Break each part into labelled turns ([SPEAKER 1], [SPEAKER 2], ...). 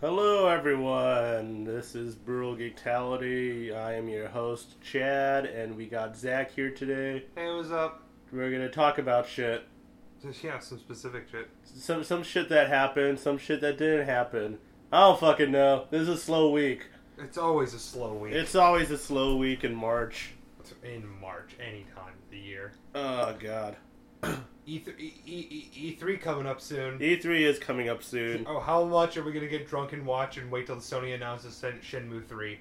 [SPEAKER 1] Hello, everyone. This is Brutal Geekality. I am your host, Chad, and we got Zach here today.
[SPEAKER 2] Hey, what's up?
[SPEAKER 1] We're gonna talk about shit.
[SPEAKER 2] Just, yeah, some specific shit.
[SPEAKER 1] Some some shit that happened, some shit that didn't happen. I don't fucking know. This is a slow week.
[SPEAKER 2] It's always a slow week.
[SPEAKER 1] It's always a slow week in March.
[SPEAKER 2] It's in March, any time of the year.
[SPEAKER 1] Oh god.
[SPEAKER 2] E3, E- E- E- E3 coming up soon.
[SPEAKER 1] E3 E is coming up soon.
[SPEAKER 2] Oh, how much are we gonna get drunk and watch and wait till Sony announces Shin- Shenmue 3?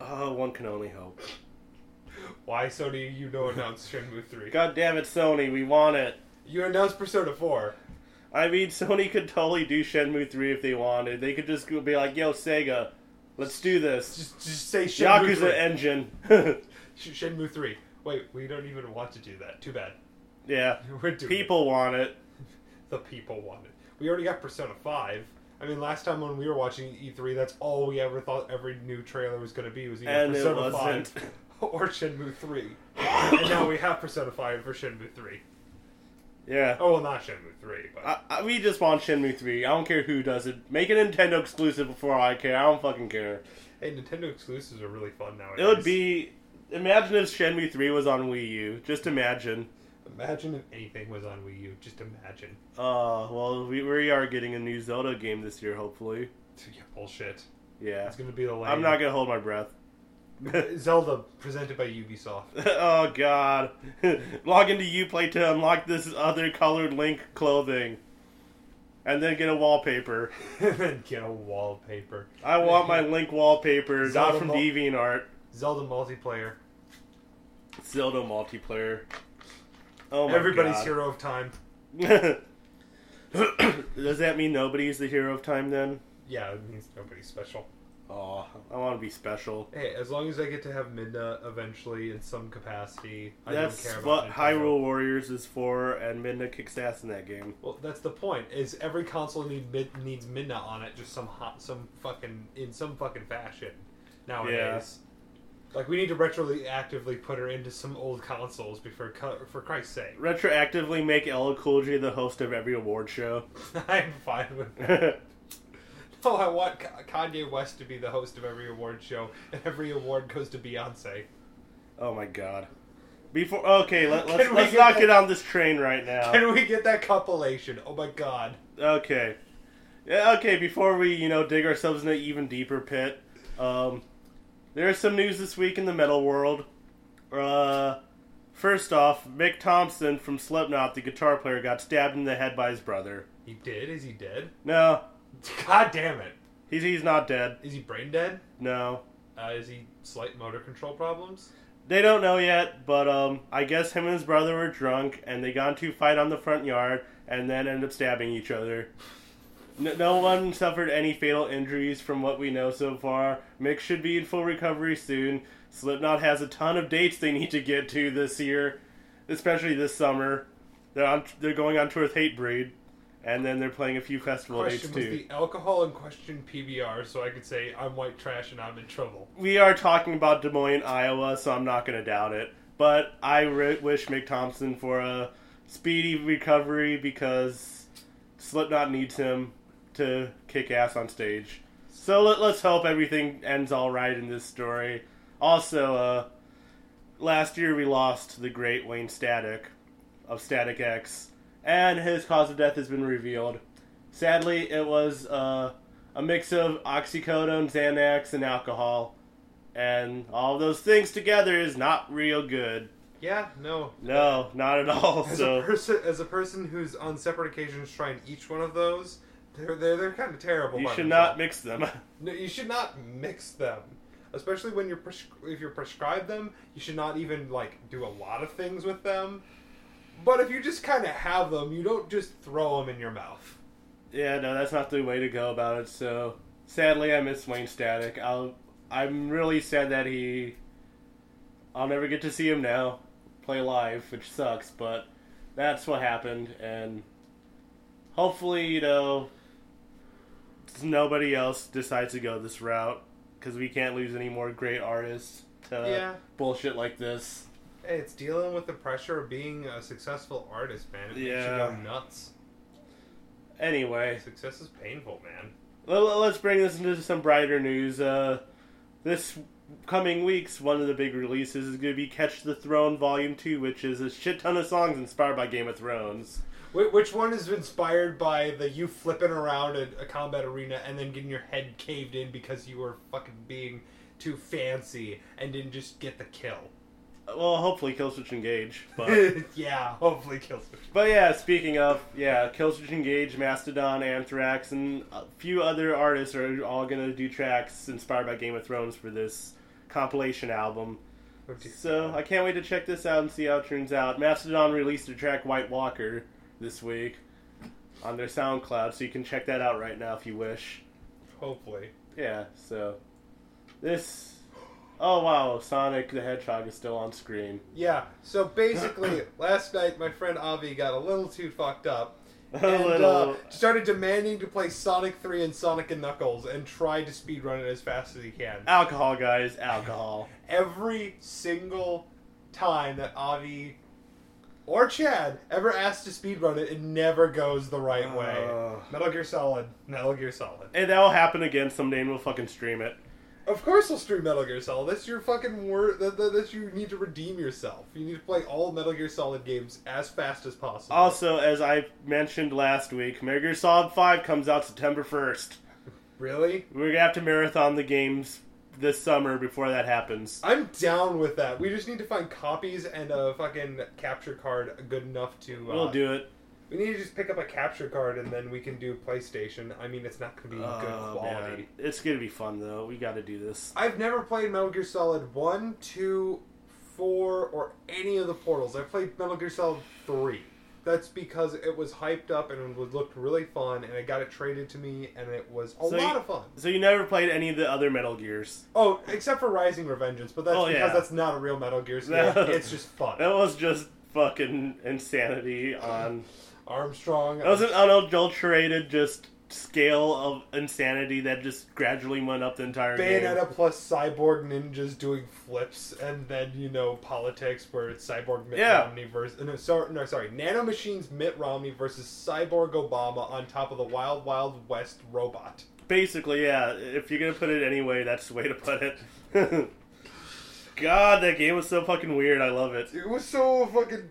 [SPEAKER 1] Oh, one can only hope.
[SPEAKER 2] Why, Sony, you don't announce Shenmue 3?
[SPEAKER 1] God damn it, Sony, we want it.
[SPEAKER 2] You announced Persona 4.
[SPEAKER 1] I mean, Sony could totally do Shenmue 3 if they wanted. They could just go be like, yo, Sega, let's do this.
[SPEAKER 2] Just, just say Shenmue
[SPEAKER 1] Yakuza
[SPEAKER 2] 3.
[SPEAKER 1] engine.
[SPEAKER 2] Sh- Shenmue 3. Wait, we don't even want to do that. Too bad.
[SPEAKER 1] yeah.
[SPEAKER 2] We're doing it.
[SPEAKER 1] People want it.
[SPEAKER 2] the people wanted. We already got Persona Five. I mean, last time when we were watching E3, that's all we ever thought every new trailer was going to be was either
[SPEAKER 1] And it
[SPEAKER 2] Persona
[SPEAKER 1] wasn't.
[SPEAKER 2] Five or Shenmue Three. and now we have Persona Five for Shenmue Three.
[SPEAKER 1] Yeah.
[SPEAKER 2] Oh, well, not Shenmue Three, but
[SPEAKER 1] I, I, we just want Shenmue 3. I don't care who does it. Make a Nintendo exclusive before I care. I don't fucking care.
[SPEAKER 2] hey, Nintendo exclusives are really fun nowadays.
[SPEAKER 1] It would be. Imagine if Shenmue 3 was on Wii U. Just imagine.
[SPEAKER 2] Imagine if anything was on Wii U. Just imagine.
[SPEAKER 1] Uh, well, we, we are getting a new Zelda game this year, hopefully.
[SPEAKER 2] Yeah, bullshit.
[SPEAKER 1] Yeah.
[SPEAKER 2] It's going to be the lame.
[SPEAKER 1] I'm not gonna hold my breath.
[SPEAKER 2] Zelda presented by Ubisoft.
[SPEAKER 1] oh god. Log into Uplay to unlock this other colored Link clothing. And then get a wallpaper.
[SPEAKER 2] and then get a wallpaper.
[SPEAKER 1] I want my Link wallpaper, not
[SPEAKER 2] Zelda
[SPEAKER 1] from
[SPEAKER 2] mul-
[SPEAKER 1] DeviantArt.
[SPEAKER 2] Zelda multiplayer.
[SPEAKER 1] Zelda multiplayer. Oh my
[SPEAKER 2] Everybody's
[SPEAKER 1] god.
[SPEAKER 2] hero of time.
[SPEAKER 1] Does that mean nobody's the hero of time then?
[SPEAKER 2] Yeah, it means nobody's special.
[SPEAKER 1] Oh, I want to be special.
[SPEAKER 2] Hey, as long as I get to have Midna eventually in some capacity, I
[SPEAKER 1] That's
[SPEAKER 2] don't care
[SPEAKER 1] what
[SPEAKER 2] about Nintendo.
[SPEAKER 1] Hyrule Warriors is for, and Midna kicks ass in that game.
[SPEAKER 2] Well, that's the point. Is every console need, mid, needs Midna on it, just some hot, some fucking in some fucking fashion nowadays. Like we need to retroactively put her into some old consoles before, co- for Christ's sake.
[SPEAKER 1] Retroactively make Ella Cool J the host of every award show.
[SPEAKER 2] I'm fine with that. No, I want Ka- Kanye West to be the host of every award show, and every award goes to Beyonce.
[SPEAKER 1] Oh my god. Before okay, let, let's
[SPEAKER 2] Can we
[SPEAKER 1] let's
[SPEAKER 2] get
[SPEAKER 1] not
[SPEAKER 2] that-
[SPEAKER 1] get on this train right now.
[SPEAKER 2] Can we get that compilation? Oh my god.
[SPEAKER 1] okay, yeah, okay. Before we you know dig ourselves in an even deeper pit, um, there's some news this week in the metal world. Uh, first off, Mick Thompson from Slipknot, the guitar player, got stabbed in the head by his brother.
[SPEAKER 2] He did? Is he dead?
[SPEAKER 1] No,
[SPEAKER 2] God damn it.
[SPEAKER 1] he's he's not dead.
[SPEAKER 2] Is he brain dead?
[SPEAKER 1] No,
[SPEAKER 2] Uh, is he slight motor control problems?
[SPEAKER 1] They don't know yet, but um, I guess him and his brother were drunk, and they got into a fight on the front yard, and then ended up stabbing each other. No, no one suffered any fatal injuries from what we know so far. Mick should be in full recovery soon. Slipknot has a ton of dates they need to get to this year, especially this summer. They're on, they're going on tour with Hatebreed, and then they're playing a few festival dates
[SPEAKER 2] question was
[SPEAKER 1] too.
[SPEAKER 2] the alcohol in question PBR, so I could say I'm white trash and I'm in trouble.
[SPEAKER 1] we are talking about Des Moines, Iowa, so I'm not going to doubt it. But I re- wish Mick Thompson for a speedy recovery because Slipknot needs him to kick ass on stage. So let, let's hope everything ends all right in this story. Also, uh, last year we lost the great Wayne Static of Static X, and his cause of death has been revealed. Sadly, it was uh, a mix of oxycodone, Xanax, and alcohol, and all those things together is not real good.
[SPEAKER 2] Yeah, no.
[SPEAKER 1] No, not at all.
[SPEAKER 2] As a
[SPEAKER 1] So
[SPEAKER 2] person, as a person who's on separate occasions trying each one of those, they're they're, they're kind of terrible.
[SPEAKER 1] you
[SPEAKER 2] by
[SPEAKER 1] should
[SPEAKER 2] themselves.
[SPEAKER 1] not mix them.
[SPEAKER 2] No, you should not mix them, especially when you're pres- if you're prescribed them. You should not even like do a lot of things with them. But if you just kind of have them, you don't just throw them in your mouth.
[SPEAKER 1] Yeah, no, that's not the way to go about it. So sadly, I miss Wayne Static. I'll, I'm really sad that he. I'll never get to see him now play live, which sucks, but that's what happened, and hopefully, you know, nobody else decides to go this route because we can't lose any more great artists to
[SPEAKER 2] Yeah.
[SPEAKER 1] bullshit like this.
[SPEAKER 2] Hey, it's dealing with the pressure of being a successful artist, man. It
[SPEAKER 1] Yeah.
[SPEAKER 2] makes you go nuts.
[SPEAKER 1] Anyway,
[SPEAKER 2] Success is painful, man.
[SPEAKER 1] Well, Let's bring this into some brighter news. Uh, this coming weeks, one of the big releases is going to be Catch the Throne Volume 2, which is a shit ton of songs inspired by Game of Thrones.
[SPEAKER 2] Wh- Which one is inspired by the you flipping around a, a combat arena and then getting your head caved in because you were fucking being too fancy and didn't just get the kill?
[SPEAKER 1] Well, hopefully Killswitch Engage. But,
[SPEAKER 2] yeah, hopefully kills.
[SPEAKER 1] but yeah, speaking of, yeah, Killswitch Engage, Mastodon, Anthrax, and a few other artists are all going to do tracks inspired by Game of Thrones for this compilation album. So I can't wait to check this out and see how it turns out. Mastodon released their track White Walker this week on their SoundCloud, so you can check that out right now if you wish.
[SPEAKER 2] hopefully.
[SPEAKER 1] Yeah, so this Oh wow, Sonic the Hedgehog is still on screen.
[SPEAKER 2] Yeah. So basically, last night my friend Avi got a little too fucked up
[SPEAKER 1] A
[SPEAKER 2] and uh,
[SPEAKER 1] little
[SPEAKER 2] started demanding to play Sonic Three and Sonic and Knuckles and tried to speedrun it as fast as he can.
[SPEAKER 1] alcohol guys, alcohol.
[SPEAKER 2] Every single time that Avi or Chad ever asked to speedrun it, it never goes the right way.
[SPEAKER 1] Uh,
[SPEAKER 2] Metal Gear Solid. Metal Gear Solid.
[SPEAKER 1] and that'll happen again someday and we'll fucking stream it.
[SPEAKER 2] Of course, we'll stream Metal Gear Solid. That's your fucking word. That, that, that's you need to redeem yourself. You need to play all Metal Gear Solid games as fast as possible.
[SPEAKER 1] Also, as I mentioned last week, Metal Gear Solid 5 comes out September 1st.
[SPEAKER 2] really?
[SPEAKER 1] We're gonna have to marathon the games this summer before that happens.
[SPEAKER 2] I'm down with that. We just need to find copies and a fucking capture card good enough to. Uh,
[SPEAKER 1] We'll do it.
[SPEAKER 2] We need to just pick up a capture card and then we can do PlayStation. I mean, it's not going to be
[SPEAKER 1] Oh,
[SPEAKER 2] good quality.
[SPEAKER 1] man. It's gonna be fun though. We gotta do this.
[SPEAKER 2] I've never played Metal Gear Solid one, two, four, or any of the portals. I played Metal Gear Solid 3. That's because it was hyped up and it was- looked really fun, and I got it traded to me, and it was a
[SPEAKER 1] So
[SPEAKER 2] lot
[SPEAKER 1] you-
[SPEAKER 2] of fun.
[SPEAKER 1] So you never played any of the other Metal Gears?
[SPEAKER 2] Oh, except for Rising Revengeance, but that's
[SPEAKER 1] Oh,
[SPEAKER 2] because
[SPEAKER 1] yeah.
[SPEAKER 2] that's not a real Metal Gear. So
[SPEAKER 1] No.
[SPEAKER 2] It's just fun.
[SPEAKER 1] That was just fucking insanity on.
[SPEAKER 2] Armstrong.
[SPEAKER 1] That was an unadulterated just scale of insanity that just gradually went up the entire game.
[SPEAKER 2] Bayonetta plus cyborg ninjas doing flips, and then you know politics where it's cyborg Mitt
[SPEAKER 1] Yeah.
[SPEAKER 2] Romney versus no, sorry, no, sorry, nanomachines Mitt Romney versus cyborg Obama on top of the Wild Wild West robot.
[SPEAKER 1] Basically, yeah. If you're gonna put it anyway, that's the way to put it. God, that game was so fucking weird. I love it.
[SPEAKER 2] It was so fucking.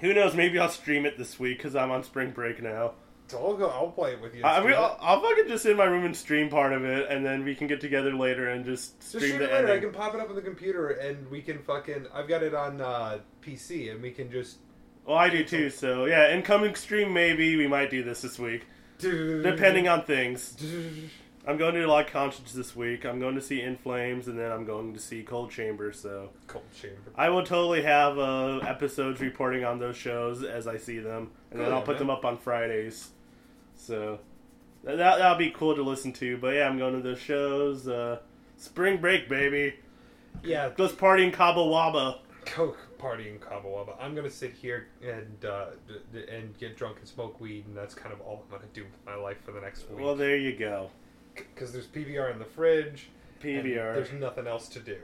[SPEAKER 1] Who knows? Maybe I'll stream it this week because I'm on spring break now.
[SPEAKER 2] I'll go. I'll play it with you.
[SPEAKER 1] I, I mean, I'll, I'll fucking just sit in my room and stream part of it, and then we can get together later and just
[SPEAKER 2] so
[SPEAKER 1] stream
[SPEAKER 2] shoot
[SPEAKER 1] the
[SPEAKER 2] it later. I
[SPEAKER 1] ending.
[SPEAKER 2] can pop it up on the computer, and we can fucking. I've got it on uh, PC, and we can just.
[SPEAKER 1] Well, I do too. So yeah, incoming stream maybe we might do this this week,
[SPEAKER 2] Mm-hmm.
[SPEAKER 1] depending on things. I'm going to a lot of concerts this week. I'm going to see In Flames, and then I'm going to see Cold Chamber. So
[SPEAKER 2] Cold chamber.
[SPEAKER 1] I will totally have uh, episodes reporting on those shows as I see them, and then
[SPEAKER 2] Good,
[SPEAKER 1] I'll put
[SPEAKER 2] man.
[SPEAKER 1] them up on Fridays. So that that'll be cool to listen to. But yeah, I'm going to those shows. Uh, spring break, baby.
[SPEAKER 2] Yeah,
[SPEAKER 1] Let's party in Cabo Wabo.
[SPEAKER 2] coke party in Cabo Wabo. I'm gonna sit here and uh, d- d- and get drunk and smoke weed, and that's kind of all I'm gonna do with my life for the next week.
[SPEAKER 1] Well,
[SPEAKER 2] Well,
[SPEAKER 1] there you go.
[SPEAKER 2] because there's PBR in the fridge. and There's
[SPEAKER 1] PBR.
[SPEAKER 2] nothing else to do.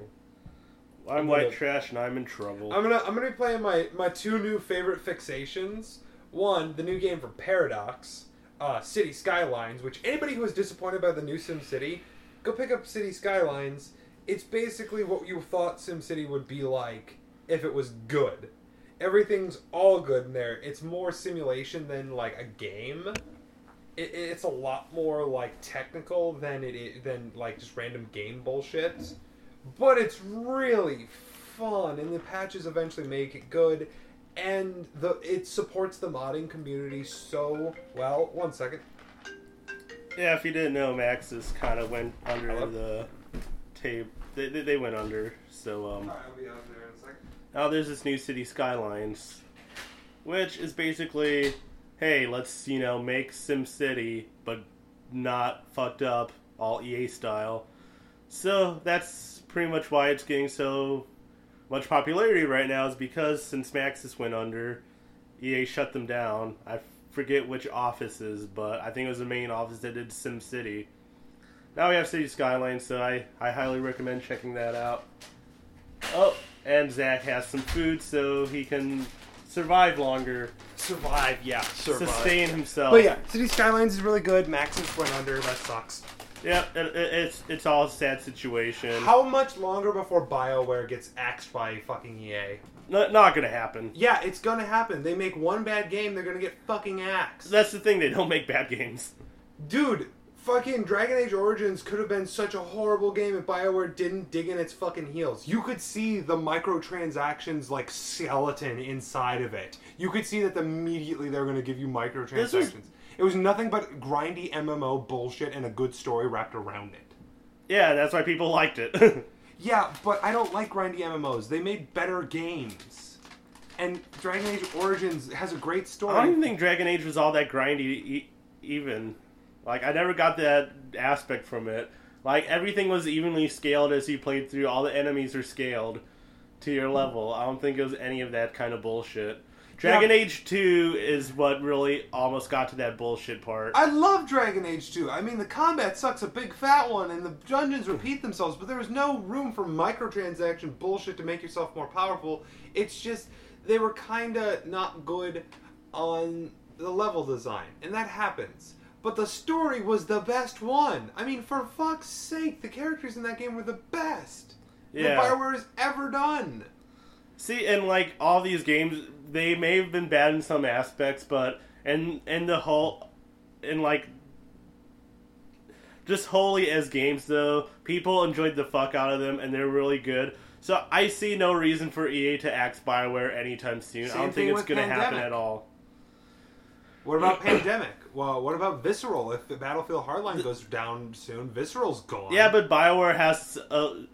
[SPEAKER 1] I'm
[SPEAKER 2] I'm
[SPEAKER 1] white
[SPEAKER 2] gonna-
[SPEAKER 1] trash and I'm in trouble.
[SPEAKER 2] I'm gonna I'm gonna be playing my my two new favorite fixations. One, the new game from Paradox, uh, City Skylines. Which anybody who was disappointed by the new Sim City, go pick up City Skylines. It's basically what you thought Sim City would be like if it was good. Everything's all good in there. It's more simulation than like a game. It, it's a lot more like technical than it i- than like just random game bullshit but it's really fun and the patches eventually make it good and the it supports the modding community so well one second
[SPEAKER 1] Yeah, if you didn't know, Maxis kind of went under
[SPEAKER 2] Hello?
[SPEAKER 1] the tape. They, they, they went under. So um,
[SPEAKER 2] i'll be out there in a second
[SPEAKER 1] now Oh, there's this new city skylines, which is basically, hey, let's you know make SimCity, but not fucked up, all EA style. So that's pretty much why it's getting so much popularity right now is because since Maxis went under, EA shut them down. I forget which offices, but I think it was the main office that did SimCity. Now we have City Skyline, so I, I highly recommend checking that out. Oh, and Zach has some food so he can survive longer,
[SPEAKER 3] Survive, yeah, survive.
[SPEAKER 1] sustain himself.
[SPEAKER 3] But yeah, City Skylines is really good. Maxis went under. That sucks.
[SPEAKER 1] yeah, it, it- it's it's all a sad situation.
[SPEAKER 2] How much longer before BioWare gets axed by fucking EA?
[SPEAKER 1] Not, not gonna happen.
[SPEAKER 2] Yeah, it's gonna happen. They make one bad game, they're gonna get fucking axed.
[SPEAKER 1] That's the thing; they don't make bad games.
[SPEAKER 2] Dude, fucking Dragon Age Origins could have been such a horrible game if BioWare didn't dig in its fucking heels. You could see the microtransactions like skeleton inside of it. You could see that immediately they were going to give you microtransactions.
[SPEAKER 1] was-
[SPEAKER 2] It was nothing but grindy MMO bullshit and a good story wrapped around it.
[SPEAKER 1] Yeah, that's why people liked it.
[SPEAKER 2] Yeah, but I don't like grindy MMOs. They made better games. And Dragon Age Origins has a great story.
[SPEAKER 1] I don't even think Dragon Age was all that grindy, e- even. Like, I never got that aspect from it. Like, everything was evenly scaled as you played through. All the enemies were scaled to your level. I don't think it was any of that kind of bullshit. Dragon
[SPEAKER 2] Hmm. Yeah.
[SPEAKER 1] Age 2 is what really almost got to that bullshit part.
[SPEAKER 2] I love Dragon Age 2. I mean, the combat sucks a big fat one, and the dungeons repeat themselves, but there was no room for microtransaction bullshit to make yourself more powerful. It's just they were kinda not good on the level design, and that happens. But the story was the best one. I mean, for fuck's sake, the characters in that game were the best.
[SPEAKER 1] Yeah.
[SPEAKER 2] That Bioware has ever done.
[SPEAKER 1] See, and like all these games, they may have been bad in some aspects, but and and the whole, and like, just wholly as games though, people enjoyed the fuck out of them, and they're really good. So I see no reason for EA to axe Bioware anytime soon. I
[SPEAKER 2] Same
[SPEAKER 1] don't
[SPEAKER 2] thing
[SPEAKER 1] think it's
[SPEAKER 2] with
[SPEAKER 1] going to happen
[SPEAKER 2] Pandemic.
[SPEAKER 1] at all.
[SPEAKER 2] What about Pandemic? Well, what about Visceral? If the Battlefield Hardline goes down soon, Visceral's gone.
[SPEAKER 1] Yeah, but Bioware has a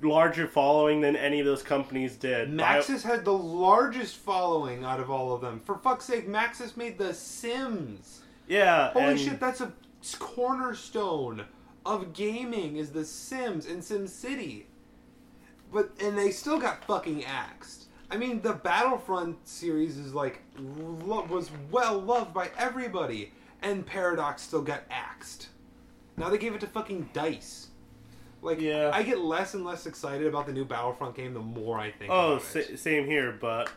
[SPEAKER 1] larger following than any of those companies did. Bio-
[SPEAKER 2] Maxis had the largest following out of all of them. For fuck's sake, Maxis made The Sims.
[SPEAKER 1] yeah,
[SPEAKER 2] Holy
[SPEAKER 1] and-
[SPEAKER 2] shit, that's a cornerstone of gaming is The Sims and SimCity. But and they still got fucking axed. I mean, the Battlefront series is like lo- was well loved by everybody, and Paradox still got axed. Now they gave it to fucking Dice. Like,
[SPEAKER 1] Yeah.
[SPEAKER 2] I get less and less excited about the new Battlefront game the more I think.
[SPEAKER 1] Oh,
[SPEAKER 2] about it.
[SPEAKER 1] sa- same here, but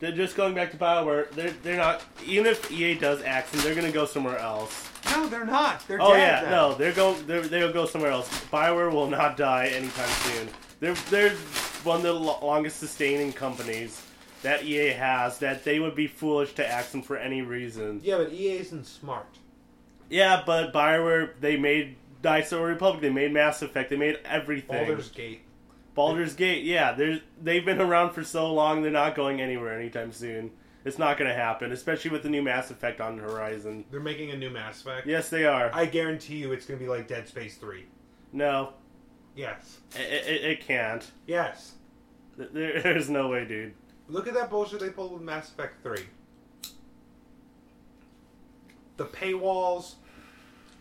[SPEAKER 1] they're just going back to Bioware. They're they're not even if EA does axe them, they're gonna go somewhere else.
[SPEAKER 2] No, they're not. They're
[SPEAKER 1] Oh
[SPEAKER 2] dead.
[SPEAKER 1] yeah,
[SPEAKER 2] now.
[SPEAKER 1] no, they're go they're, they'll go somewhere else. Bioware will not die anytime soon. They're they're one of the lo- longest sustaining companies that EA has. That they would be foolish to axe them for any reason.
[SPEAKER 2] Yeah, but EA isn't smart.
[SPEAKER 1] Yeah, but Bioware they made Dice Republic, they made Mass Effect, they made everything.
[SPEAKER 2] Baldur's Gate.
[SPEAKER 1] Baldur's Gate, yeah, there's they've been around for so long, they're not going anywhere anytime soon. It's not going to happen, especially with the new Mass Effect on the horizon.
[SPEAKER 2] They're making a new Mass Effect.
[SPEAKER 1] Yes, they are.
[SPEAKER 2] I guarantee you, it's gonna be like Dead Space Three.
[SPEAKER 1] No,
[SPEAKER 2] Yes.
[SPEAKER 1] it, it, it can't.
[SPEAKER 2] Yes.
[SPEAKER 1] There, there's no way, dude.
[SPEAKER 2] Look at that bullshit they pulled with Mass Effect Three. The paywalls,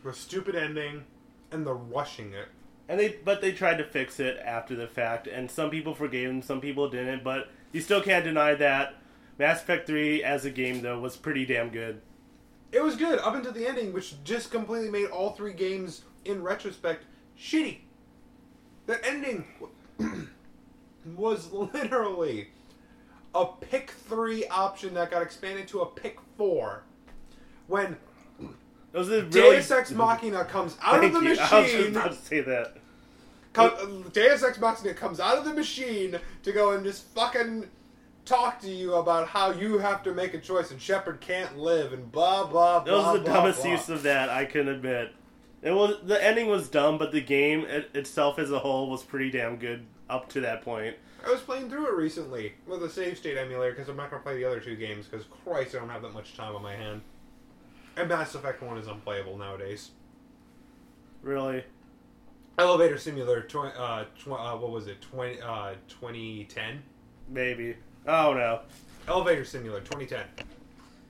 [SPEAKER 2] the stupid ending, and the rushing it.
[SPEAKER 1] And they, but they tried to fix it after the fact, and some people forgave them, some people didn't. But you still can't deny that Mass Effect Three, as a game though, was pretty damn good.
[SPEAKER 2] It was good up until the ending, which just completely made all three games, in retrospect, shitty. The ending w- was literally a pick three option that got expanded to a pick four. When
[SPEAKER 1] It was a really.
[SPEAKER 2] Deus Ex Machina comes out of
[SPEAKER 1] Thank
[SPEAKER 2] the
[SPEAKER 1] you. I was just
[SPEAKER 2] machine,
[SPEAKER 1] about to say that.
[SPEAKER 2] come, Deus Ex Machina comes out of the machine to go and just fucking talk to you about how you have to make a choice and Shepard can't live and blah blah
[SPEAKER 1] That
[SPEAKER 2] blah.
[SPEAKER 1] was the
[SPEAKER 2] blah,
[SPEAKER 1] dumbest
[SPEAKER 2] blah.
[SPEAKER 1] use of that. I can admit. It was the ending was dumb, but the game it, itself as a whole was pretty damn good up to that point.
[SPEAKER 2] I was playing through it recently with a save state emulator because I'm not going to play the other two games because Christ, I don't have that much time on my hand. And Mass Effect 1 is unplayable nowadays.
[SPEAKER 1] Really,
[SPEAKER 2] Elevator Simulator, tw- uh, tw- uh, what was it, 20, uh, 2010?
[SPEAKER 1] maybe. Oh no.
[SPEAKER 2] Elevator Simulator 2010.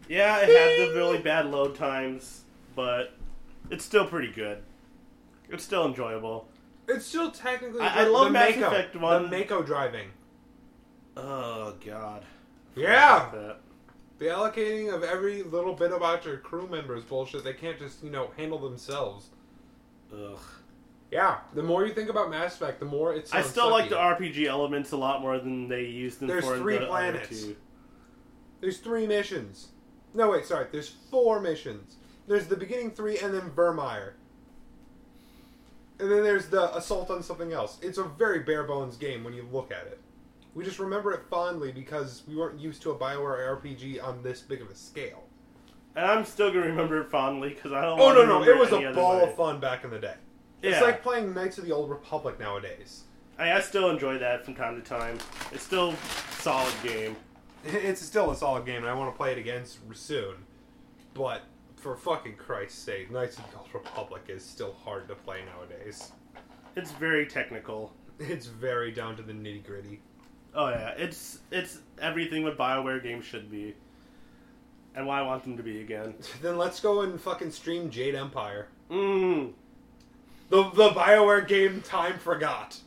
[SPEAKER 1] Yeah, it had the really bad load times, but it's still pretty good. It's still enjoyable.
[SPEAKER 2] It's still technically.
[SPEAKER 1] I- I love Mass Effect 1.
[SPEAKER 2] The Mako driving.
[SPEAKER 1] Oh god.
[SPEAKER 2] Yeah!
[SPEAKER 1] That.
[SPEAKER 2] The allocating of every little bit about your crew members bullshit. They can't just, you know, handle themselves.
[SPEAKER 1] Ugh.
[SPEAKER 2] Yeah. The more you think about Mass Effect, the more it's.
[SPEAKER 1] I still like the RPG elements a lot more than they used them
[SPEAKER 2] There's
[SPEAKER 1] for in
[SPEAKER 2] three
[SPEAKER 1] the other
[SPEAKER 2] planets.
[SPEAKER 1] two.
[SPEAKER 2] There's three missions. No, wait, sorry. There's four missions. There's the beginning three, and then Vermeer. And then there's the assault on something else. It's a very bare bones game when you look at it. We just remember it fondly because we weren't used to a Bioware RPG on this big of a scale.
[SPEAKER 1] And I'm still gonna remember it fondly because I don't.
[SPEAKER 2] Oh
[SPEAKER 1] wanna
[SPEAKER 2] no, no,
[SPEAKER 1] remember
[SPEAKER 2] it was
[SPEAKER 1] any
[SPEAKER 2] a
[SPEAKER 1] other
[SPEAKER 2] ball
[SPEAKER 1] way.
[SPEAKER 2] of fun back in the day.
[SPEAKER 1] Yeah,
[SPEAKER 2] It's like playing Knights of the Old Republic nowadays.
[SPEAKER 1] I, I still enjoy that from time to time. It's still solid game.
[SPEAKER 2] It's still a solid game, and I want to play it again s- soon. But for fucking Christ's sake, Knights of the Old Republic is still hard to play nowadays.
[SPEAKER 1] It's very technical.
[SPEAKER 2] It's very down to the nitty gritty.
[SPEAKER 1] Oh yeah, it's it's everything what Bioware games should be, and why I want them to be again.
[SPEAKER 2] Then let's go and fucking stream Jade Empire,
[SPEAKER 1] Mmm.
[SPEAKER 2] the the Bioware game time forgot.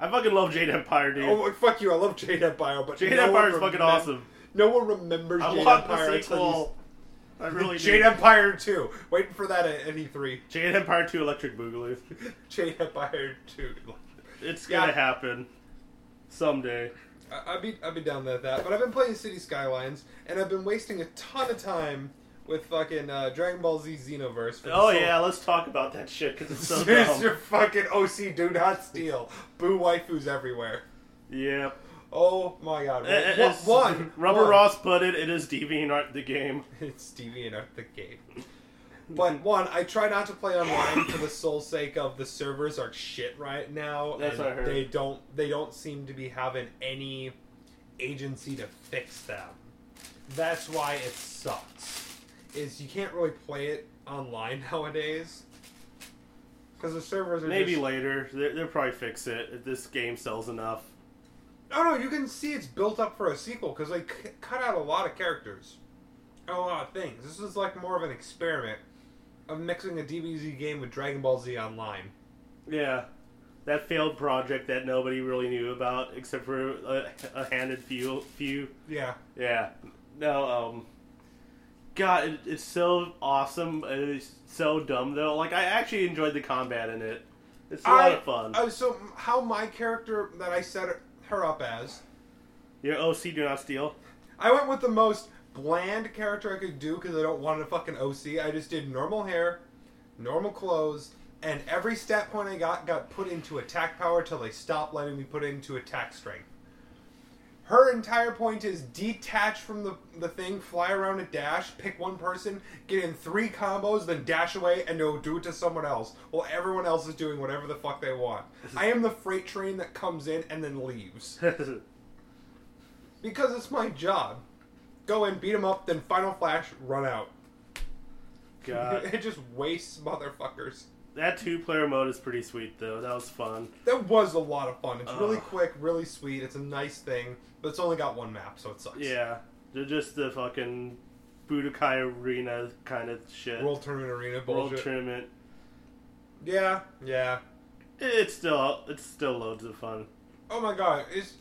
[SPEAKER 1] I fucking love Jade Empire, dude.
[SPEAKER 2] Oh fuck you! I love Jade Empire, but
[SPEAKER 1] Jade
[SPEAKER 2] no
[SPEAKER 1] Empire
[SPEAKER 2] one
[SPEAKER 1] is fucking
[SPEAKER 2] remem-
[SPEAKER 1] awesome.
[SPEAKER 2] No one remembers
[SPEAKER 1] I
[SPEAKER 2] Jade
[SPEAKER 1] want
[SPEAKER 2] Empire.
[SPEAKER 1] the
[SPEAKER 2] until you-
[SPEAKER 1] sequel. I really
[SPEAKER 2] Jade
[SPEAKER 1] do.
[SPEAKER 2] Empire Two. Waiting for that at E three.
[SPEAKER 1] Jade Empire Two Electric Boogaloo.
[SPEAKER 2] Jade Empire Two.
[SPEAKER 1] It's
[SPEAKER 2] Yeah.
[SPEAKER 1] gonna happen someday.
[SPEAKER 2] I- I'd be I'd be down with that. But I've been playing City Skylines, and I've been wasting a ton of time with fucking uh, Dragon Ball Z Xenoverse. For the
[SPEAKER 1] Oh
[SPEAKER 2] sole-
[SPEAKER 1] yeah, let's talk about that shit because it's so
[SPEAKER 2] Here's
[SPEAKER 1] dumb.
[SPEAKER 2] your fucking OC. Do not steal. Boo waifus everywhere.
[SPEAKER 1] Yep.
[SPEAKER 2] Oh my god.
[SPEAKER 1] It- it-
[SPEAKER 2] One,
[SPEAKER 1] Eh, it's-
[SPEAKER 2] one
[SPEAKER 1] Rubber
[SPEAKER 2] one.
[SPEAKER 1] Ross put it. It is DeviantArt the game.
[SPEAKER 2] It's DeviantArt the game. But one, I try not to play online for the sole sake of the servers are shit right now.
[SPEAKER 1] That's
[SPEAKER 2] and
[SPEAKER 1] what I heard.
[SPEAKER 2] They don't they don't seem to be having any agency to fix them. That's why it sucks. Is you can't really play it online nowadays because the servers are
[SPEAKER 1] Maybe
[SPEAKER 2] just-
[SPEAKER 1] later they they'll probably fix it if this game sells enough.
[SPEAKER 2] Oh no, you can see it's built up for a sequel because they c- cut out a lot of characters, and a lot of things. This is like more of an experiment of mixing a DBZ game with Dragon Ball Z Online.
[SPEAKER 1] Yeah, that failed project that nobody really knew about except for a, a handed few. Few.
[SPEAKER 2] Yeah,
[SPEAKER 1] Yeah. No. Um. God, it, it's so awesome. and It's so dumb though. Like I actually enjoyed the combat in it. It's a lot of fun.
[SPEAKER 2] I, so how my character that I set her- her up as,
[SPEAKER 1] Your OC do not steal.
[SPEAKER 2] I went with the most bland character I could do because I don't want a fucking OC. I just did normal hair, normal clothes, and every stat point I got got put into attack power till they stopped letting me put it into attack strength. Her entire point is detach from the, the thing, fly around a dash, pick one person, get in three combos, then dash away and no, do it to someone else while everyone else is doing whatever the fuck they want. I am the freight train that comes in and then leaves. Because it's my job. Go in, beat him up, then Final Flash, run out.
[SPEAKER 1] God,
[SPEAKER 2] it just wastes motherfuckers.
[SPEAKER 1] that two-player mode is pretty sweet though. That was fun.
[SPEAKER 2] That was a lot of fun. It's really
[SPEAKER 1] Ugh.
[SPEAKER 2] quick, really sweet. It's a nice thing, but it's only got one map, so it sucks.
[SPEAKER 1] Yeah, they're just the fucking Budokai Arena kind of shit.
[SPEAKER 2] World Tournament Arena bullshit.
[SPEAKER 1] World tournament.
[SPEAKER 2] yeah, yeah.
[SPEAKER 1] It's still it's still loads of fun.
[SPEAKER 2] Oh my god, it's.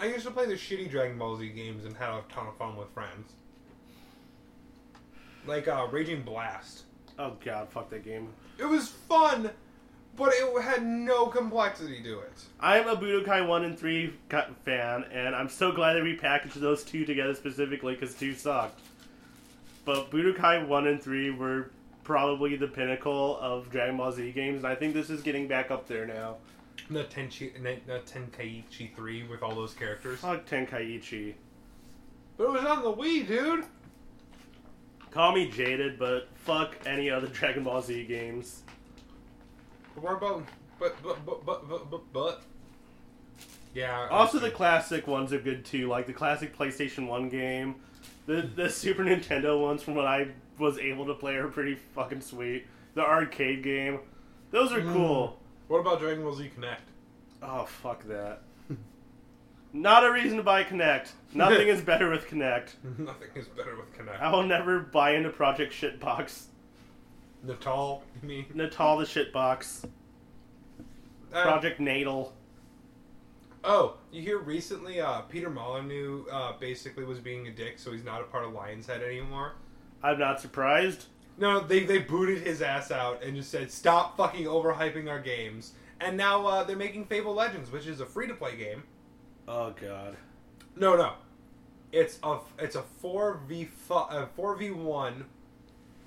[SPEAKER 2] I used to play the shitty Dragon Ball Z games and had a ton of fun with friends. Like uh, Raging Blast.
[SPEAKER 1] Oh god, fuck that game.
[SPEAKER 2] It was fun, but it had no complexity to it.
[SPEAKER 1] I'm a Budokai 1 and 3 ca- fan, and I'm so glad they repackaged those two together specifically because 2 sucked. But Budokai 1 and 3 were probably the pinnacle of Dragon Ball Z games, and I think this is getting back up there now.
[SPEAKER 2] The Tenchi, the the Tenkaichi three with all those characters.
[SPEAKER 1] Fuck Tenkaichi.
[SPEAKER 2] But it was on the Wii, dude.
[SPEAKER 1] Call me jaded, but fuck any other Dragon Ball Z games.
[SPEAKER 2] But What about but but but but but but, but. yeah.
[SPEAKER 1] Also, the classic ones are good too, like the classic PlayStation 1 game. The, the Super Nintendo ones, from what I was able to play, are pretty fucking sweet. The arcade game. Those are
[SPEAKER 2] Mm.
[SPEAKER 1] cool.
[SPEAKER 2] What about Dragon Ball Z Connect?
[SPEAKER 1] Oh, fuck that. Not a reason to buy Connect. Nothing is better with Connect.
[SPEAKER 2] Nothing is better with Connect.
[SPEAKER 1] I will never buy into Project Shitbox.
[SPEAKER 2] Natal, you mean?
[SPEAKER 1] Natal the Shitbox.
[SPEAKER 2] Uh,
[SPEAKER 1] Project Natal.
[SPEAKER 2] Oh, you hear recently? Uh, Peter Molyneux uh, basically was being a dick, so he's not a part of Lion's Head anymore.
[SPEAKER 1] I'm not surprised.
[SPEAKER 2] No, they they booted his ass out and just said, "Stop fucking overhyping our games." And now uh, they're making Fable Legends, which is a free to play game.
[SPEAKER 1] Oh, God.
[SPEAKER 2] No, no. It's a it's a four v four v one,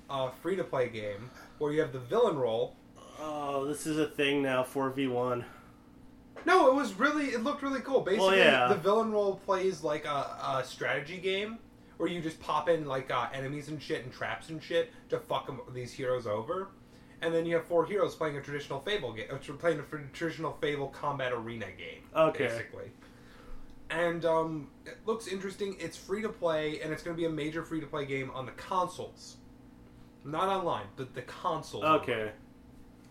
[SPEAKER 2] uh, free to play game where you have the villain role.
[SPEAKER 1] Oh, this is a thing now. Four v one.
[SPEAKER 2] No, it was really it looked really cool. Basically,
[SPEAKER 1] yeah.
[SPEAKER 2] the villain role plays like a, a strategy game where you just pop in like uh, enemies and shit and traps and shit to fuck 'em- these heroes over, and then you have four heroes playing a traditional fable game, playing a fr- traditional fable combat arena game.
[SPEAKER 1] Okay.
[SPEAKER 2] basically. And um, it looks interesting. It's free to play, and it's going to be a major free to play game on the consoles, not online, but the consoles.
[SPEAKER 1] Okay.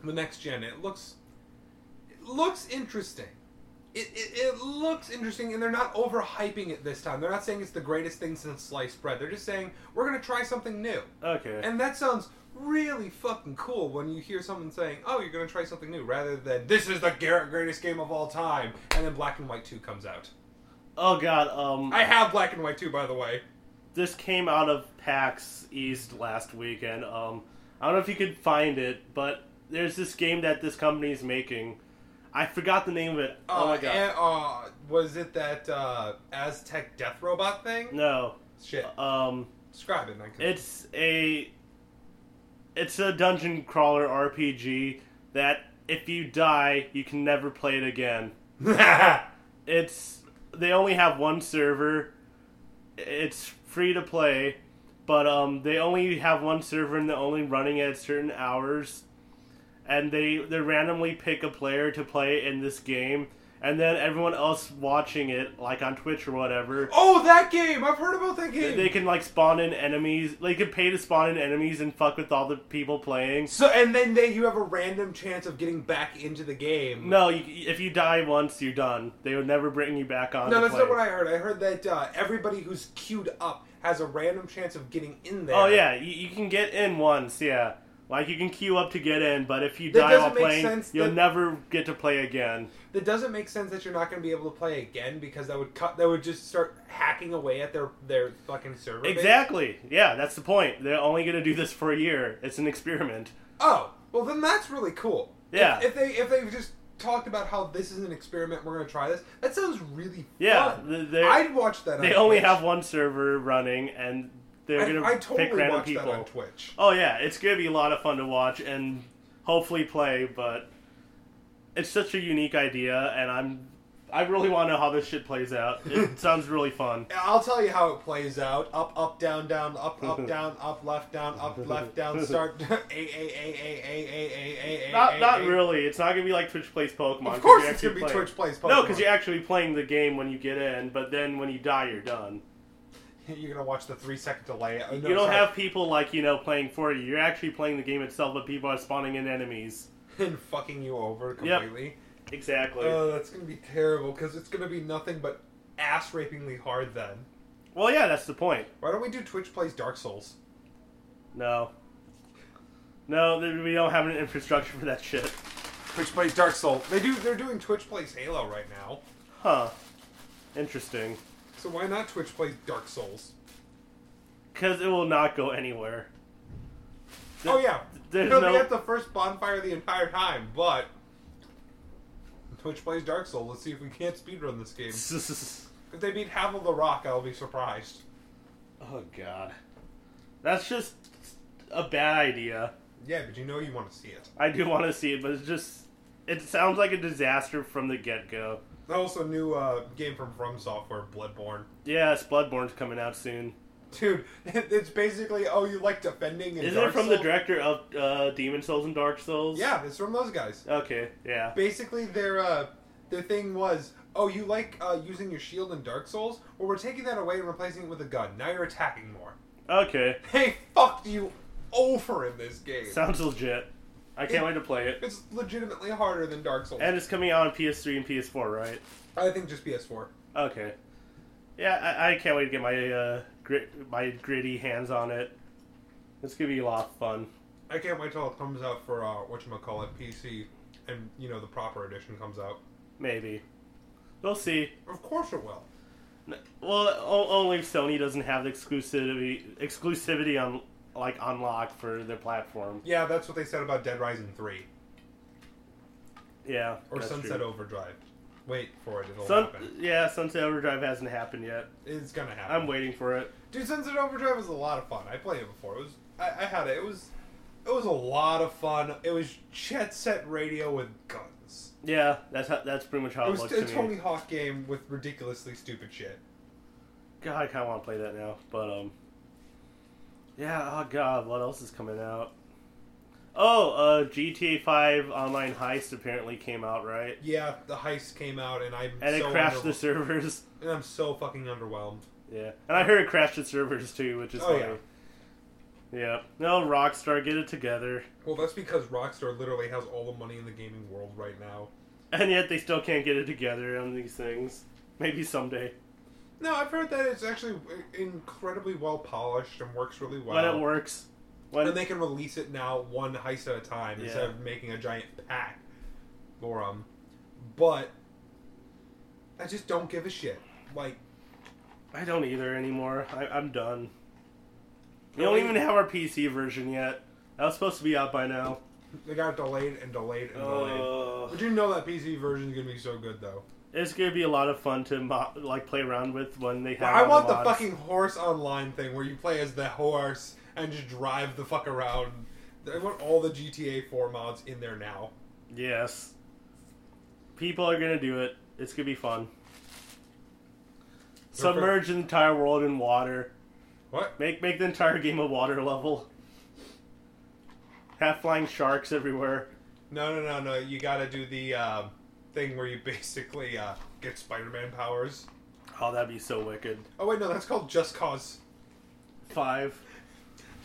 [SPEAKER 2] the next gen. It looks, it looks interesting. It, it, it looks interesting, and they're not overhyping it this time. They're not saying it's the greatest thing since sliced bread. They're just saying we're gonna try something new,
[SPEAKER 1] Okay.
[SPEAKER 2] and that sounds really fucking cool when you hear someone saying, "Oh, you're gonna try something new," rather than "This is the gar- greatest game of all time," and then Black and White Two comes out.
[SPEAKER 1] oh god. Um.
[SPEAKER 2] I have Black and White Two, by the way.
[SPEAKER 1] this came out of PAX East last weekend. Um, I don't know if you could find it, but there's this game that this company is making. I forgot the name of it. Oh
[SPEAKER 2] Uh,
[SPEAKER 1] my god.
[SPEAKER 2] and, uh, was it that uh, Aztec death robot thing?
[SPEAKER 1] no.
[SPEAKER 2] Shit,
[SPEAKER 1] Um,
[SPEAKER 2] describe it. And I can...
[SPEAKER 1] it's a it's a dungeon crawler RPG that if you die, you can never play it again. It's they only have one server. It's free to play, but um, they only have one server and they're only running at certain hours. And they they randomly pick a player to play in this game, and then everyone else watching it, like on Twitch or whatever,
[SPEAKER 2] Oh, that game! I've heard about that game.
[SPEAKER 1] they can like spawn in enemies. They can pay to spawn in enemies and fuck with all the people playing.
[SPEAKER 2] So, and then they, you have a random chance of getting back into the game.
[SPEAKER 1] No, you, if you die once, you're done. They would never bring you back on.
[SPEAKER 2] No,
[SPEAKER 1] to
[SPEAKER 2] that's
[SPEAKER 1] play.
[SPEAKER 2] not what I heard. I heard that uh, everybody who's queued up has a random chance of getting in there.
[SPEAKER 1] Oh yeah, you, you can get in once. Yeah, like you can queue up to get in, but if you
[SPEAKER 2] That
[SPEAKER 1] die
[SPEAKER 2] doesn't
[SPEAKER 1] while
[SPEAKER 2] make
[SPEAKER 1] playing,
[SPEAKER 2] sense
[SPEAKER 1] you'll
[SPEAKER 2] that-
[SPEAKER 1] never get to play again.
[SPEAKER 2] That doesn't make sense that you're not going to be able to play again because that would cut. That would just start hacking away at their their fucking server. base.
[SPEAKER 1] Exactly. Yeah, that's the point. They're only gonna do this for a year. It's an experiment.
[SPEAKER 2] Oh, well then that's really cool. If-
[SPEAKER 1] Yeah.
[SPEAKER 2] If, they if they've just talked about how this is an experiment, we're going to try this. That sounds really
[SPEAKER 1] Yeah,
[SPEAKER 2] fun.
[SPEAKER 1] th- they're-
[SPEAKER 2] I'd watch that.
[SPEAKER 1] They
[SPEAKER 2] on
[SPEAKER 1] only
[SPEAKER 2] Twitch.
[SPEAKER 1] have one server running, and they're
[SPEAKER 2] I,
[SPEAKER 1] gonna
[SPEAKER 2] I totally
[SPEAKER 1] pick random
[SPEAKER 2] watch that on
[SPEAKER 1] people.
[SPEAKER 2] Twitch.
[SPEAKER 1] Oh yeah, it's gonna be a lot of fun to watch and hopefully play. But it's such a unique idea, and I'm I really want to know how this shit plays out. It sounds really fun.
[SPEAKER 2] I'll tell you how it plays out. Up, up, down, down, up, up, down, up, left, down, up, left, down. Start. A, a, a, a, a, a, a, a,
[SPEAKER 1] Not
[SPEAKER 2] a,
[SPEAKER 1] not
[SPEAKER 2] a.
[SPEAKER 1] really. It's not gonna be like Twitch plays Pokemon.
[SPEAKER 2] Of
[SPEAKER 1] 'cause
[SPEAKER 2] course,
[SPEAKER 1] you're
[SPEAKER 2] it's
[SPEAKER 1] actually
[SPEAKER 2] gonna be
[SPEAKER 1] playing.
[SPEAKER 2] Twitch plays Pokemon.
[SPEAKER 1] No, because you're actually playing the game when you get in, but then when you die, you're done.
[SPEAKER 2] you're gonna watch the three second delay. Oh, no,
[SPEAKER 1] you don't
[SPEAKER 2] sorry.
[SPEAKER 1] have people like you know playing for you. You're actually playing the game itself, but people are spawning in enemies.
[SPEAKER 2] and fucking you over completely.
[SPEAKER 1] Exactly.
[SPEAKER 2] Oh, that's gonna be terrible because it's gonna be nothing but ass rapingly hard. Then
[SPEAKER 1] well, yeah, that's the point.
[SPEAKER 2] why don't we do Twitch plays Dark Souls?
[SPEAKER 1] No, no, th- we don't have an infrastructure for that shit.
[SPEAKER 2] Twitch plays Dark Souls. They do. They're doing Twitch plays Halo right now.
[SPEAKER 1] Huh. Interesting.
[SPEAKER 2] So why not Twitch plays Dark Souls?
[SPEAKER 1] Because it will not go anywhere. Th-
[SPEAKER 2] Oh yeah,
[SPEAKER 1] There's
[SPEAKER 2] It'll
[SPEAKER 1] no.
[SPEAKER 2] be at the first bonfire the entire time, but Twitch plays Dark Souls. Let's see if we can't speedrun this game. If they beat Havel the Rock, I'll be surprised.
[SPEAKER 1] oh god. That's just a bad idea.
[SPEAKER 2] Yeah, but you know you want to see it.
[SPEAKER 1] I do want to see it, but it's just. It sounds like a disaster from the get go.
[SPEAKER 2] I also knew uh, game from From Software, Bloodborne.
[SPEAKER 1] Yes, Bloodborne's coming out soon.
[SPEAKER 2] Dude, it's basically oh you like defending and
[SPEAKER 1] Isn't
[SPEAKER 2] Dark
[SPEAKER 1] it from
[SPEAKER 2] Souls?
[SPEAKER 1] the director of uh, Demon Souls and Dark Souls?
[SPEAKER 2] Yeah, it's from those guys.
[SPEAKER 1] Okay, yeah.
[SPEAKER 2] Basically, their uh, their thing was oh you like uh, using your shield in Dark Souls? Well, we're taking that away and replacing it with a gun. Now you're attacking more.
[SPEAKER 1] Okay,
[SPEAKER 2] They fucked you over in this game.
[SPEAKER 1] sounds legit. I can't wait to play it.
[SPEAKER 2] It's legitimately harder than Dark Souls.
[SPEAKER 1] And it's coming out on PS3 and PS4, right?
[SPEAKER 2] I think just PS4.
[SPEAKER 1] Okay. Yeah, I, I can't wait to get my uh, grit, my gritty hands on it. It's gonna be a lot of fun.
[SPEAKER 2] I can't wait till it comes out for uh, whatchamacallit, PC, and, you know, the proper edition comes out.
[SPEAKER 1] Maybe. We'll see.
[SPEAKER 2] Of course it will.
[SPEAKER 1] N- Well, o- only Sony doesn't have the exclusivity exclusivity on like unlock for their platform.
[SPEAKER 2] Yeah, that's what they said about Dead Rising 3
[SPEAKER 1] Yeah.
[SPEAKER 2] or
[SPEAKER 1] that's
[SPEAKER 2] Sunset
[SPEAKER 1] true.
[SPEAKER 2] Overdrive. Wait for it. It'll
[SPEAKER 1] Sun,
[SPEAKER 2] happen.
[SPEAKER 1] yeah, Sunset Overdrive hasn't happened yet.
[SPEAKER 2] It's gonna happen.
[SPEAKER 1] I'm waiting for it.
[SPEAKER 2] Dude, Sunset Overdrive was a lot of fun. I played it before. It was I, I had it. It was it was a lot of fun. It was jet set radio with guns.
[SPEAKER 1] Yeah, that's how, that's pretty much how
[SPEAKER 2] It
[SPEAKER 1] it,
[SPEAKER 2] was
[SPEAKER 1] looks
[SPEAKER 2] a
[SPEAKER 1] to me.
[SPEAKER 2] Tony Hawk game with ridiculously stupid shit.
[SPEAKER 1] God, I kind of want to play that now. But um, yeah. Oh God, what else is coming out? Oh, uh, GTA Five Online Heist apparently came out right,
[SPEAKER 2] Yeah, the heist came out and I'm
[SPEAKER 1] and it
[SPEAKER 2] so
[SPEAKER 1] crashed
[SPEAKER 2] under-
[SPEAKER 1] the servers.
[SPEAKER 2] and I'm so fucking underwhelmed.
[SPEAKER 1] Yeah, and I heard it crashed the servers too, which is
[SPEAKER 2] Oh,
[SPEAKER 1] funny. Yeah. No, Rockstar, get it together.
[SPEAKER 2] Well, that's because Rockstar literally has all the money in the gaming world right now.
[SPEAKER 1] And yet they still can't get it together on these things. Maybe someday.
[SPEAKER 2] No, I've heard that it's actually incredibly well polished and works really well.
[SPEAKER 1] When it works. When
[SPEAKER 2] and they can release it now one heist at a time instead
[SPEAKER 1] Yeah.
[SPEAKER 2] of making a giant pack for 'em. But I just don't give a shit. Like,
[SPEAKER 1] I don't either anymore. I, I'm done. We
[SPEAKER 2] Really?
[SPEAKER 1] don't even have our PC version yet. That was supposed to be out by now.
[SPEAKER 2] they got delayed and delayed and delayed.
[SPEAKER 1] Oh,
[SPEAKER 2] But you know that PC version is gonna be so good though.
[SPEAKER 1] it's gonna be a lot of fun to mo- like play around with when they have.
[SPEAKER 2] I
[SPEAKER 1] all
[SPEAKER 2] want the
[SPEAKER 1] mods.
[SPEAKER 2] fucking horse online thing where you play as the horse and just drive the fuck around. I want all the GTA 4 mods in there now.
[SPEAKER 1] Yes. People are gonna do it. It's gonna be fun. Submerge the entire world in water.
[SPEAKER 2] What?
[SPEAKER 1] Make make the entire game a water level. Have flying sharks everywhere.
[SPEAKER 2] No, no, no, no. You gotta do the uh, thing where you basically uh, get Spider-Man powers.
[SPEAKER 1] Oh, that'd be so wicked.
[SPEAKER 2] Oh wait, no, that's called Just Cause.
[SPEAKER 1] Five.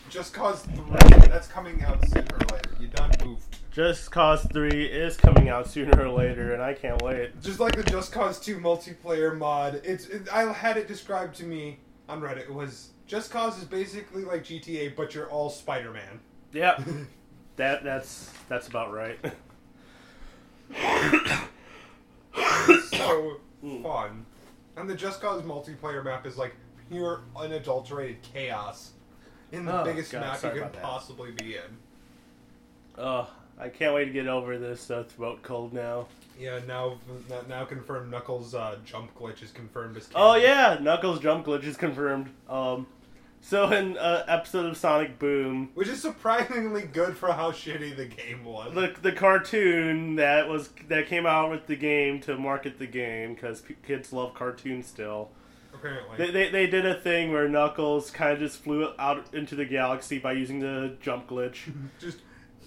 [SPEAKER 2] Just Cause Three. That's coming out sooner or later. You done moved.
[SPEAKER 1] Just Cause 3 is coming out sooner or later, and I can't wait.
[SPEAKER 2] Just like the Just Cause Two multiplayer mod, it's it, I had it described to me on Reddit. It was Just Cause is basically like GTA, but you're all Spider-Man.
[SPEAKER 1] Yep. that that's that's about right.
[SPEAKER 2] so
[SPEAKER 1] Hmm.
[SPEAKER 2] fun. And the Just Cause multiplayer map is like pure unadulterated chaos in the
[SPEAKER 1] Oh,
[SPEAKER 2] biggest
[SPEAKER 1] God,
[SPEAKER 2] map you
[SPEAKER 1] sorry
[SPEAKER 2] can
[SPEAKER 1] about that.
[SPEAKER 2] possibly be in.
[SPEAKER 1] Oh, I can't wait to get over this uh, throat cold now.
[SPEAKER 2] Yeah, now now confirmed Knuckles uh, jump glitch is confirmed as
[SPEAKER 1] Oh
[SPEAKER 2] canon.
[SPEAKER 1] yeah, Knuckles jump glitch is confirmed. Um, so in uh, episode of Sonic Boom,
[SPEAKER 2] Which is surprisingly good for how shitty the game was.
[SPEAKER 1] the the cartoon that was that came out with the game to market the game because p- kids love cartoons still.
[SPEAKER 2] apparently.
[SPEAKER 1] They, they they did a thing where Knuckles kind of just flew out into the galaxy by using the jump glitch.
[SPEAKER 2] just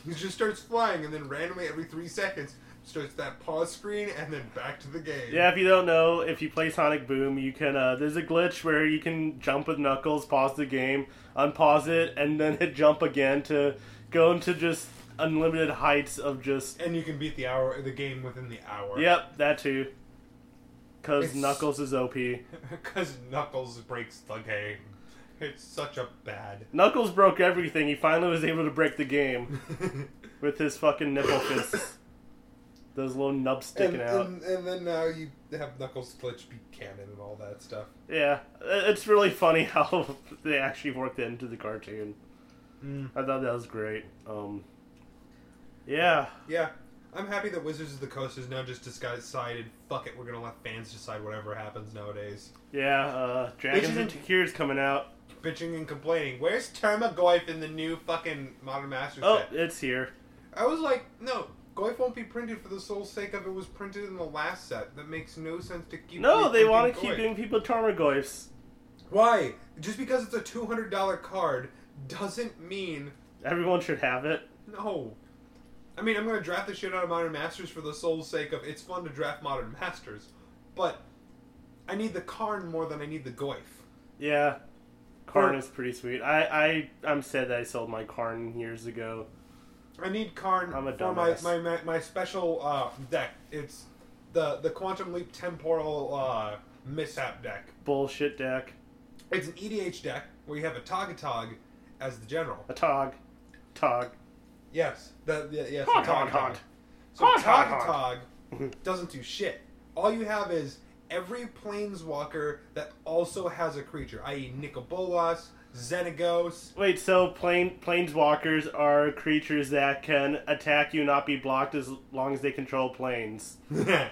[SPEAKER 2] he just starts flying and then randomly every three seconds starts that pause screen and then back to the game.
[SPEAKER 1] Yeah, if you don't know, if you play Sonic Boom, you can. Uh, there's a glitch where you can jump with Knuckles, pause the game, unpause it, and then hit jump again to go into just unlimited heights of just.
[SPEAKER 2] And you can beat the hour the game within the hour.
[SPEAKER 1] Yep, that too. Because
[SPEAKER 2] It's-
[SPEAKER 1] Knuckles is OP.
[SPEAKER 2] Because Knuckles breaks the game. It's such a bad.
[SPEAKER 1] Knuckles broke everything. He finally was able to break the game with his fucking nipple fists. Those little nubs sticking
[SPEAKER 2] and,
[SPEAKER 1] out.
[SPEAKER 2] And, and then now you have Knuckles glitch beat cannon and all that stuff.
[SPEAKER 1] Yeah, i- it's really funny how they actually worked it into the cartoon.
[SPEAKER 2] Mm.
[SPEAKER 1] I thought that was great. Um, yeah,
[SPEAKER 2] Yeah, I'm happy that Wizards of the Coast has now just decided, fuck it, we're gonna let fans decide whatever happens nowadays.
[SPEAKER 1] yeah. Uh, Dragons and Tequir's coming out.
[SPEAKER 2] Bitching and complaining. Where's Termagoyf in the new fucking Modern Masters
[SPEAKER 1] Oh,
[SPEAKER 2] set?
[SPEAKER 1] it's here.
[SPEAKER 2] I was like, no, Goyf won't be printed for the sole sake of it was printed in the last set. That makes no sense to keep.
[SPEAKER 1] No, they
[SPEAKER 2] reprinting
[SPEAKER 1] want to keep
[SPEAKER 2] Goyf.
[SPEAKER 1] giving people Tarmogoyfs.
[SPEAKER 2] Why? Just because it's a two hundred dollar card doesn't mean
[SPEAKER 1] Everyone should have it.
[SPEAKER 2] no. I mean, I'm gonna draft the shit out of Modern Masters for the sole sake of it's fun to draft Modern Masters, but I need the Karn more than I need the Goyf.
[SPEAKER 1] Yeah, Karn
[SPEAKER 2] Or-
[SPEAKER 1] is pretty sweet. I I I'm sad that I sold my Karn years ago.
[SPEAKER 2] I need Karn
[SPEAKER 1] I'm a
[SPEAKER 2] for my,
[SPEAKER 1] dumbass.
[SPEAKER 2] my, my my special uh, deck. It's the the Quantum Leap Temporal uh, Mishap deck.
[SPEAKER 1] Bullshit deck.
[SPEAKER 2] It's an EDH deck where you have a Togatog as the general.
[SPEAKER 1] A tog, tog.
[SPEAKER 2] Yes, the, the yes,
[SPEAKER 1] Hog,
[SPEAKER 2] the
[SPEAKER 1] hog,
[SPEAKER 2] Togatog.
[SPEAKER 1] hog.
[SPEAKER 2] So
[SPEAKER 1] Hog, hog,
[SPEAKER 2] Togatog doesn't do shit. All you have is every planeswalker that also has a creature, i.e., Nicobolas, Xenagos.
[SPEAKER 1] Wait, so plane planeswalkers are creatures that can attack you, not be blocked as long as they control planes.
[SPEAKER 2] yeah, God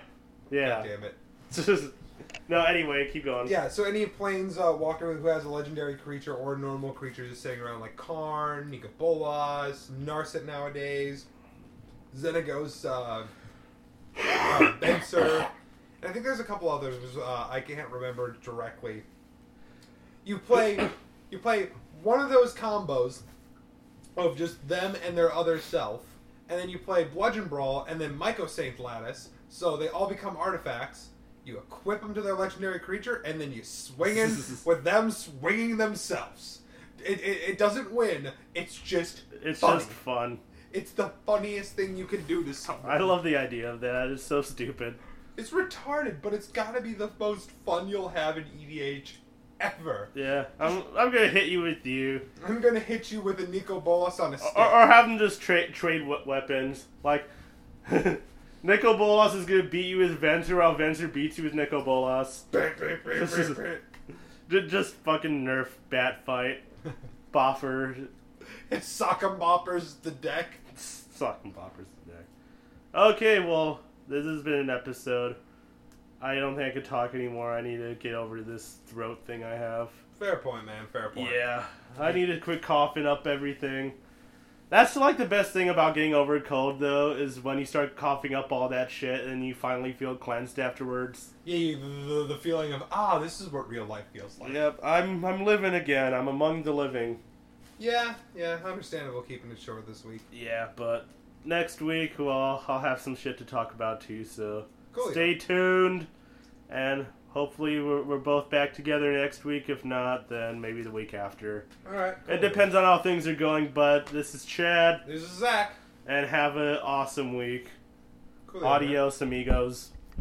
[SPEAKER 1] Yeah.
[SPEAKER 2] damn it.
[SPEAKER 1] no, anyway, keep going.
[SPEAKER 2] Yeah, so any plains uh, walker who has a legendary creature or normal creature just sitting around like Karn, Nicobolas, Narset nowadays, Xenagos, uh, uh, Benser, and I think there's a couple others uh, I can't remember directly. You play, you play one of those combos of just them and their other self, and then you play Bludgeon Brawl and then Myco Saint Lattice, so they all become artifacts. You equip them to their legendary creature, and then you swing in with them swinging themselves. It, it, it doesn't win. It's just
[SPEAKER 1] It's
[SPEAKER 2] funny.
[SPEAKER 1] just fun.
[SPEAKER 2] it's the funniest thing you can do to someone.
[SPEAKER 1] I love the idea of that. It's so stupid.
[SPEAKER 2] It's retarded, but it's gotta be the most fun you'll have in EDH ever.
[SPEAKER 1] Yeah, I'm, I'm gonna hit you with you,
[SPEAKER 2] I'm gonna hit you with a Nico Bolas on a stick.
[SPEAKER 1] or, or have them just tra- trade we- weapons. Like, Nico Bolas is gonna beat you with Venture, while Venture beats you with Nico Bolas.
[SPEAKER 2] Bang, bang, bang,
[SPEAKER 1] This
[SPEAKER 2] bang,
[SPEAKER 1] is-
[SPEAKER 2] bang.
[SPEAKER 1] Ju- Just fucking nerf bat fight, boffer,
[SPEAKER 2] And sock 'em boppers the deck.
[SPEAKER 1] sucking boppers today. Okay, well, this has been an episode. I don't think I could talk anymore. I need to get over this throat thing I have.
[SPEAKER 2] Fair point, man. Fair point.
[SPEAKER 1] Yeah, I need to quit coughing up everything. That's like the best thing about getting over a cold, though, is when you start coughing up all that shit and you finally feel cleansed afterwards.
[SPEAKER 2] Yeah, you, the, the feeling of ah, this is what real life feels like.
[SPEAKER 1] Yep, I'm I'm living again. I'm among the living.
[SPEAKER 2] Yeah, yeah, understandable. Keeping it short this week.
[SPEAKER 1] Yeah, but next week, well, I'll have some shit to talk about too. So
[SPEAKER 2] Cool,
[SPEAKER 1] stay tuned, and hopefully we're, we're both back together next week. If not, then maybe the week after.
[SPEAKER 2] All right.
[SPEAKER 1] It depends on how things are going. But this is Chad,
[SPEAKER 2] This is Zach.
[SPEAKER 1] and have an awesome week.
[SPEAKER 2] Cool, man.
[SPEAKER 1] Adios, amigos.